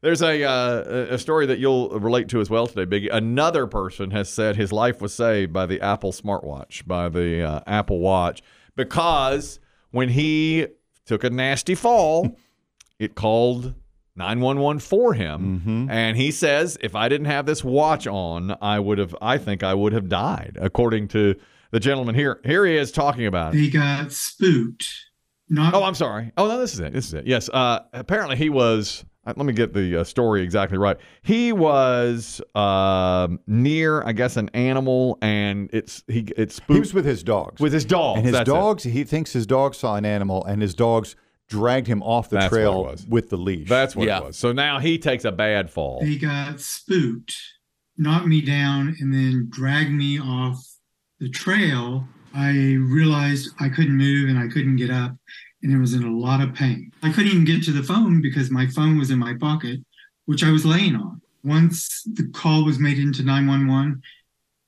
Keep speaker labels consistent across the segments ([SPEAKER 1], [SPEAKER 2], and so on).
[SPEAKER 1] There's a uh, a story that you'll relate to as well today, Biggie. Another person has said his life was saved by the Apple smartwatch, by the uh, Apple Watch, because when he took a nasty fall, it called 911 for him
[SPEAKER 2] Mm-hmm.
[SPEAKER 1] and he says if i didn't have this watch on i would have i think i would have died according to the gentleman here here he is talking about it
[SPEAKER 3] They got spooked. Not
[SPEAKER 1] Oh, I'm sorry. Oh, no, this is it. This is it. Yes. Uh, apparently, he was. uh, Let me get the uh, story exactly right. He was um near, I guess, an animal, and it's he it spooked
[SPEAKER 2] He was with his dogs.
[SPEAKER 1] with his dog.
[SPEAKER 2] and his
[SPEAKER 1] That's it.
[SPEAKER 2] dogs, he thinks his dog saw an animal, and his dogs dragged him off the
[SPEAKER 1] That's what it
[SPEAKER 2] trail
[SPEAKER 1] was.
[SPEAKER 2] with the leash.
[SPEAKER 1] That's what
[SPEAKER 4] Yeah.
[SPEAKER 1] it was. So now he takes a bad fall.
[SPEAKER 3] they got spooked, knocked me down, and then dragged me off the trail. I realized I couldn't move and I couldn't get up, and I was in a lot of pain. I couldn't even get to the phone because my phone was in my pocket, which I was laying on. Once the call was made into 911,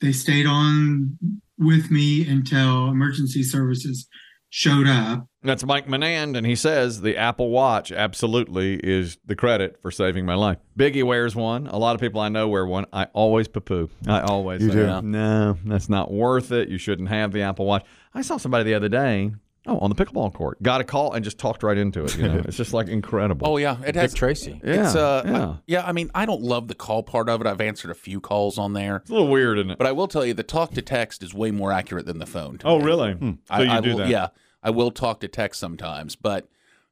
[SPEAKER 3] they stayed on with me until emergency services showed up.
[SPEAKER 1] That's Mike Manand, and he says the Apple Watch absolutely is the credit for saving my life. Biggie wears one. A lot of people I know wear one. I always poo poo. I always
[SPEAKER 2] You
[SPEAKER 1] say,
[SPEAKER 2] do.
[SPEAKER 1] no, that's not worth it. You shouldn't have the Apple Watch. I saw somebody the other day. Oh, on the pickleball court, got a call and just talked right into it. You know, it's just like incredible.
[SPEAKER 4] Oh yeah, it has
[SPEAKER 5] Dick Tracy.
[SPEAKER 4] It's,
[SPEAKER 1] Yeah,
[SPEAKER 4] uh,
[SPEAKER 1] yeah.
[SPEAKER 4] I- yeah. I mean, I don't love the call part of it. I've answered a few calls on there,
[SPEAKER 1] it's a little weird, isn't it?
[SPEAKER 4] but I will tell you, the talk to text is way more accurate than the phone. to
[SPEAKER 1] oh,
[SPEAKER 4] me.
[SPEAKER 1] really? So
[SPEAKER 4] Hmm. I,
[SPEAKER 1] you
[SPEAKER 4] I
[SPEAKER 1] do
[SPEAKER 4] will,
[SPEAKER 1] that?
[SPEAKER 4] Yeah, I will talk to text sometimes, but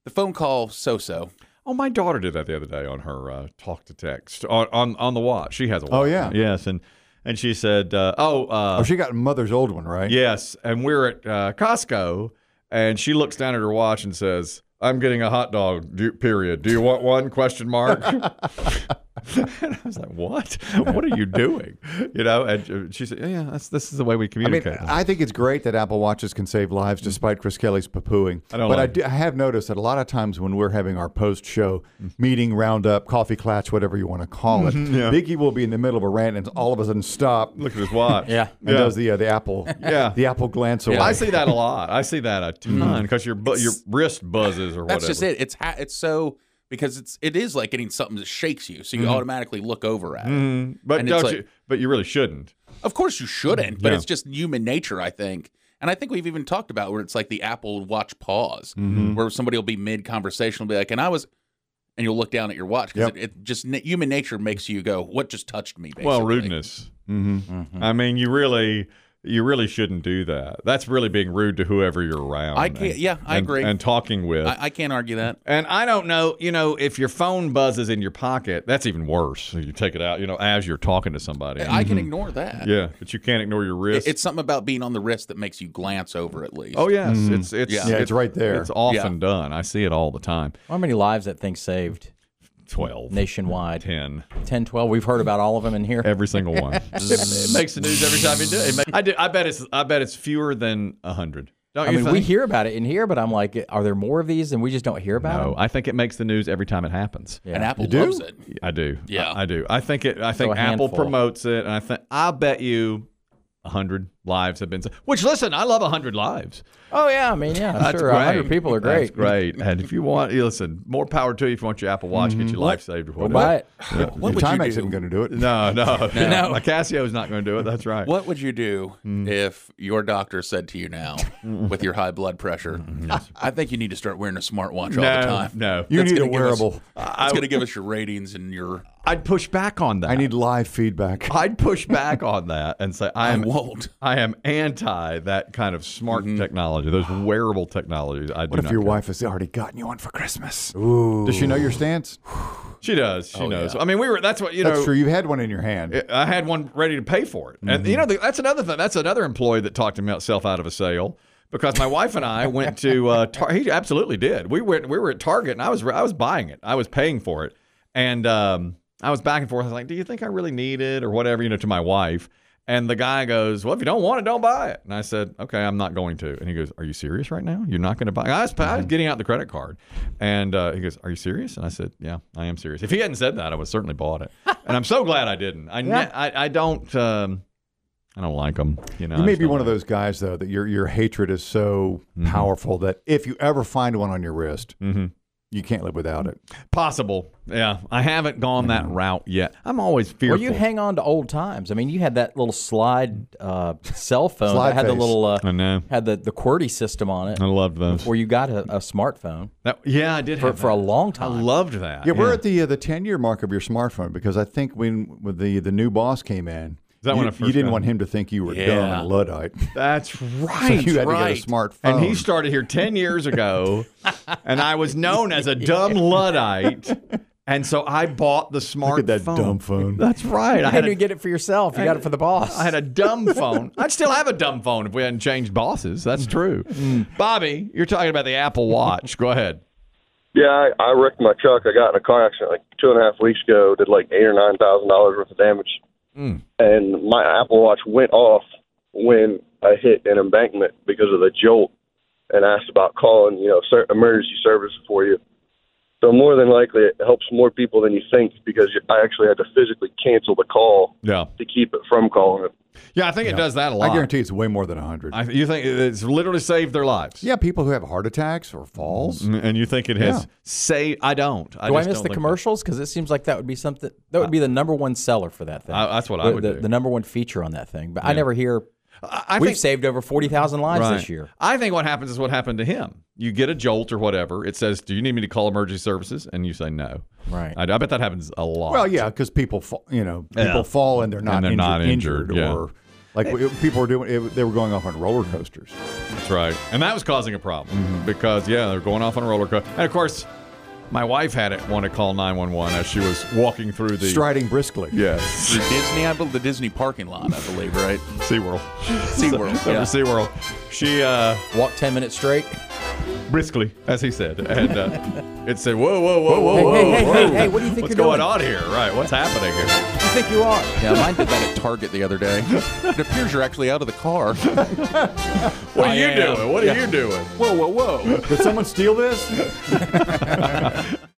[SPEAKER 4] the phone call, so so.
[SPEAKER 1] Oh, my daughter did that the other day on her uh, talk to text on, on on the watch. She has a watch.
[SPEAKER 2] Oh, yeah.
[SPEAKER 1] Yes, and and she said, uh, oh, uh,
[SPEAKER 2] Oh, she got mother's old one, right?
[SPEAKER 1] Yes, and we're at uh, Costco, and she looks down at her watch and says, "I'm getting a hot dog." Do, period. Do you want one? Question mark. and I was like, "What? What are you doing?" You know, and uh, she said, "Yeah, that's, this is the way we
[SPEAKER 2] I mean,
[SPEAKER 1] communicate."
[SPEAKER 2] I think it's great that Apple Watches can save lives despite Chris Kelly's poo-pooing.
[SPEAKER 1] Mm. I don't
[SPEAKER 2] but I,
[SPEAKER 1] like it.
[SPEAKER 2] do, I have noticed that a lot of times when we're having our post-show
[SPEAKER 1] Mm.
[SPEAKER 2] meeting, roundup, coffee clatch, whatever you want to call it,
[SPEAKER 1] Mm-hmm.
[SPEAKER 2] Biggie will be in the middle of a rant and all of a sudden stop and
[SPEAKER 1] Look at his watch.
[SPEAKER 5] Yeah.
[SPEAKER 2] does the uh, the Apple
[SPEAKER 1] Yeah.
[SPEAKER 2] the Apple glance away.
[SPEAKER 1] I see that a lot. I see that a ton because your bu- your wrist buzzes or whatever.
[SPEAKER 4] Mm-hmm. That's just it. It's ha- it's so because it's it is like getting something that shakes you, so you
[SPEAKER 1] Mm-hmm.
[SPEAKER 4] automatically look over at. it.
[SPEAKER 1] Mm, but
[SPEAKER 4] And it's
[SPEAKER 1] don't
[SPEAKER 4] like-
[SPEAKER 1] you? But you really shouldn't.
[SPEAKER 4] Of course, you shouldn't, but
[SPEAKER 1] Yeah.
[SPEAKER 4] it's just human nature, I think. And I think we've even talked about where it's like the Apple Watch pause,
[SPEAKER 1] Mm-hmm.
[SPEAKER 4] where somebody will be mid conversation, will be like, "And I was," and you'll look down at your watch because
[SPEAKER 2] Yep.
[SPEAKER 4] it, it just na- human nature makes you go, "What just touched me?" Basically.
[SPEAKER 1] Well, rudeness. Mm-hmm.
[SPEAKER 2] hmm
[SPEAKER 1] I mean, you really. You really shouldn't do that. That's really being rude to whoever you're around.
[SPEAKER 4] I can't-
[SPEAKER 1] and-
[SPEAKER 4] yeah, I
[SPEAKER 1] and-
[SPEAKER 4] agree.
[SPEAKER 1] And talking with.
[SPEAKER 4] I, I can't argue that.
[SPEAKER 1] And I don't know, you know, if your phone buzzes in your pocket, that's even worse. You take it out, you know, as you're talking to somebody.
[SPEAKER 4] I can ignore that.
[SPEAKER 1] Mm-hmm. yeah, but you can't ignore your
[SPEAKER 4] It-
[SPEAKER 1] wrist.
[SPEAKER 4] It's something about being on the wrist that makes you glance over at least.
[SPEAKER 1] oh yes, it's it's
[SPEAKER 4] Yeah,
[SPEAKER 2] it's right there.
[SPEAKER 1] It's often done. I see it all the time.
[SPEAKER 5] How many lives that thing saved
[SPEAKER 1] 12,
[SPEAKER 5] nationwide?
[SPEAKER 1] 10,
[SPEAKER 5] 10, 12. We've heard about all of them in here.
[SPEAKER 1] every single one. it, it makes the news every time you do it. it. ma- I do. I bet it's I bet it's fewer than 100. Don't
[SPEAKER 5] I
[SPEAKER 1] you
[SPEAKER 5] mean,
[SPEAKER 1] think?
[SPEAKER 5] we hear about it in here, but I'm like, are there more of these and we just don't hear about
[SPEAKER 1] no,
[SPEAKER 5] them?
[SPEAKER 1] Oh, I think it makes the news every time it happens.
[SPEAKER 4] And Apple
[SPEAKER 2] do?
[SPEAKER 4] loves it.
[SPEAKER 1] I do.
[SPEAKER 4] Yeah.
[SPEAKER 1] I, I do. I think it. I think
[SPEAKER 5] a
[SPEAKER 1] Apple
[SPEAKER 5] handful.
[SPEAKER 1] promotes it, and I think I bet you a hundred lives have been. sa- Which listen, I love a hundred lives.
[SPEAKER 5] Oh, yeah. I mean, yeah,
[SPEAKER 1] That's
[SPEAKER 5] sure.
[SPEAKER 1] great.
[SPEAKER 5] 100 people are
[SPEAKER 1] That's
[SPEAKER 5] great.
[SPEAKER 1] great. And if you want, you listen, more power to you. If you want your Apple Watch, get your life saved or
[SPEAKER 5] We'll
[SPEAKER 1] whatever.
[SPEAKER 5] buy it.
[SPEAKER 4] What would you
[SPEAKER 2] Timex
[SPEAKER 4] do?
[SPEAKER 2] isn't going to do it.
[SPEAKER 1] No, no, no. My Casio's not going to do it. That's right.
[SPEAKER 4] What would you do if your doctor said to you now, with your high blood pressure, I think you need to start wearing a smartwatch
[SPEAKER 1] No,
[SPEAKER 4] all the time?
[SPEAKER 1] no.
[SPEAKER 2] You
[SPEAKER 4] That's
[SPEAKER 2] need a
[SPEAKER 4] gonna give us-
[SPEAKER 2] wearable.
[SPEAKER 4] it's going to give us your ratings and your.
[SPEAKER 1] I'd push back on that.
[SPEAKER 2] I need live feedback.
[SPEAKER 1] I'd push back on that and say
[SPEAKER 4] I
[SPEAKER 1] I'm.
[SPEAKER 4] won't.
[SPEAKER 1] I am anti that kind of smart technology, those wearable technologies. I do
[SPEAKER 2] What if
[SPEAKER 1] not
[SPEAKER 2] your
[SPEAKER 1] care.
[SPEAKER 2] wife has already gotten you one for Christmas? Does she know your stance?
[SPEAKER 1] She does. She knows. I mean, we were. That's what you
[SPEAKER 2] Oh, That's
[SPEAKER 1] know.
[SPEAKER 2] true. You had one in your hand.
[SPEAKER 1] I had one ready to pay for it. And
[SPEAKER 2] Mm-hmm.
[SPEAKER 1] you know, the, that's another thing. That's another employee that talked himself out of a sale because my wife and I went to. Uh, tar- he absolutely did. We went. We were at Target, and I was I was buying it. I was paying for it, and um, I was back and forth. I was like, "Do you think I really need it or whatever?" You know, to my wife. And the guy goes, "Well, if you don't want it, don't buy it." And I said, "Okay, I'm not going to." And he goes, "Are you serious right now? You're not going to buy?" I was,
[SPEAKER 2] Mm-hmm.
[SPEAKER 1] I was getting out the credit card, and uh, he goes, "Are you serious?" And I said, "Yeah, I am serious." If he hadn't said that, I would certainly bought it, and I'm so glad I didn't. I ne- I, I don't um, I don't like them. You know,
[SPEAKER 2] You
[SPEAKER 1] I
[SPEAKER 2] may
[SPEAKER 1] just
[SPEAKER 2] be
[SPEAKER 1] don't
[SPEAKER 2] one of
[SPEAKER 1] like
[SPEAKER 2] those guys though
[SPEAKER 1] Mm-hmm.
[SPEAKER 2] that your your hatred is so powerful that if you ever find one on your wrist, You can't live without it.
[SPEAKER 1] Possible. Yeah. I haven't gone that
[SPEAKER 2] Mm-hmm.
[SPEAKER 1] route yet. I'm always
[SPEAKER 5] Or
[SPEAKER 1] fearful.
[SPEAKER 5] you hang on to old times. I mean, you had that little slide uh, cell phone
[SPEAKER 2] Slide
[SPEAKER 5] that had the
[SPEAKER 2] face.
[SPEAKER 5] little uh,
[SPEAKER 1] I know.
[SPEAKER 5] had the the QWERTY system on it
[SPEAKER 1] I loved those.
[SPEAKER 5] before you got a, a smartphone
[SPEAKER 1] That, yeah, I did
[SPEAKER 5] for,
[SPEAKER 1] have
[SPEAKER 5] for a
[SPEAKER 1] that.
[SPEAKER 5] long
[SPEAKER 1] I
[SPEAKER 5] time.
[SPEAKER 1] loved that.
[SPEAKER 2] Yeah, we're at the uh, the ten year mark of your smartphone because I think when, when the the new boss came in,
[SPEAKER 1] that
[SPEAKER 2] you,
[SPEAKER 1] when I first
[SPEAKER 2] you didn't
[SPEAKER 1] got
[SPEAKER 2] want him to think you were dumb
[SPEAKER 4] Yeah.
[SPEAKER 2] and a luddite,
[SPEAKER 1] That's
[SPEAKER 2] so
[SPEAKER 1] right.
[SPEAKER 2] you had
[SPEAKER 4] right.
[SPEAKER 2] to get a smartphone.
[SPEAKER 1] and he started here 10 years ago, and I was known as a dumb Luddite. And so I bought the smartphone.
[SPEAKER 2] look at that dumb phone.
[SPEAKER 1] That's right. I
[SPEAKER 5] you had
[SPEAKER 1] had,
[SPEAKER 5] to
[SPEAKER 1] a,
[SPEAKER 5] get it for yourself. You got it for the boss.
[SPEAKER 1] I had a dumb phone. I'd still have a dumb phone if we hadn't changed bosses.
[SPEAKER 2] Mm.
[SPEAKER 1] That's true. Bobby, you're talking about the Apple Watch. Go ahead.
[SPEAKER 6] Yeah, I, I wrecked my truck. I got in a car accident like two and a half weeks ago. Did like eight or nine thousand dollars worth of damage, and my Apple Watch went off when I hit an embankment because of the jolt, and asked about calling you know ser- emergency service for you. So more than likely, it helps more people than you think because you- I actually had to physically cancel the call
[SPEAKER 1] Yeah.
[SPEAKER 6] to keep it from calling it.
[SPEAKER 1] Yeah, I think it does that a lot.
[SPEAKER 2] I guarantee it's way more than hundred.
[SPEAKER 1] I- you think it's literally saved their lives. Mm,
[SPEAKER 2] Yeah, people who have heart attacks or falls.
[SPEAKER 1] And you think it has saved. I don't. I
[SPEAKER 5] do I
[SPEAKER 1] just
[SPEAKER 5] miss
[SPEAKER 1] don't
[SPEAKER 5] the
[SPEAKER 1] think-
[SPEAKER 5] commercials? Because it seems like that would be something that would be the number one seller for that thing.
[SPEAKER 1] I- that's what
[SPEAKER 5] the,
[SPEAKER 1] I would
[SPEAKER 5] the,
[SPEAKER 1] do.
[SPEAKER 5] the number one feature on that thing. But I never hear.
[SPEAKER 1] I, I
[SPEAKER 5] we've
[SPEAKER 1] think,
[SPEAKER 5] saved over forty thousand lives
[SPEAKER 1] Right.
[SPEAKER 5] this year.
[SPEAKER 1] I think what happens is what happened to him. You get a jolt or whatever. It says, "Do you need me to call emergency services?" And you say no.
[SPEAKER 5] Right.
[SPEAKER 1] I, I bet that happens a lot.
[SPEAKER 2] Well, yeah, because people fall, you know, people
[SPEAKER 1] Yeah.
[SPEAKER 2] fall and they're
[SPEAKER 1] And
[SPEAKER 2] not,
[SPEAKER 1] they're
[SPEAKER 2] injured,
[SPEAKER 1] not injured, yeah.
[SPEAKER 2] or like it- people were doing. It, they were going off on roller coasters.
[SPEAKER 1] that's right. And that was causing a problem
[SPEAKER 5] Mm-hmm.
[SPEAKER 1] because yeah, they're going off on a roller coaster. And of course, my wife had it want to call nine one one as she was walking through the
[SPEAKER 2] Striding briskly.
[SPEAKER 1] yes
[SPEAKER 4] Through Disney, I believe the Disney parking lot, I believe, right?
[SPEAKER 1] SeaWorld.
[SPEAKER 4] SeaWorld.
[SPEAKER 1] Over
[SPEAKER 4] yeah.
[SPEAKER 1] SeaWorld. She uh,
[SPEAKER 5] Walk ten minutes straight.
[SPEAKER 1] briskly, as he said, and uh, it said, "Whoa, whoa, whoa, whoa,
[SPEAKER 5] hey,
[SPEAKER 1] whoa,
[SPEAKER 5] hey, hey,
[SPEAKER 1] whoa.
[SPEAKER 5] hey, hey, what do you think
[SPEAKER 1] What's
[SPEAKER 5] you're
[SPEAKER 1] going
[SPEAKER 5] doing?
[SPEAKER 1] on here? Right? What's happening here?"
[SPEAKER 5] I think you are.
[SPEAKER 4] Yeah, mine did that at Target the other day. It appears you're actually out of the car.
[SPEAKER 1] What are
[SPEAKER 4] I
[SPEAKER 1] you
[SPEAKER 4] am.
[SPEAKER 1] doing? What are you doing?
[SPEAKER 4] Whoa, whoa, whoa.
[SPEAKER 2] Did someone steal this?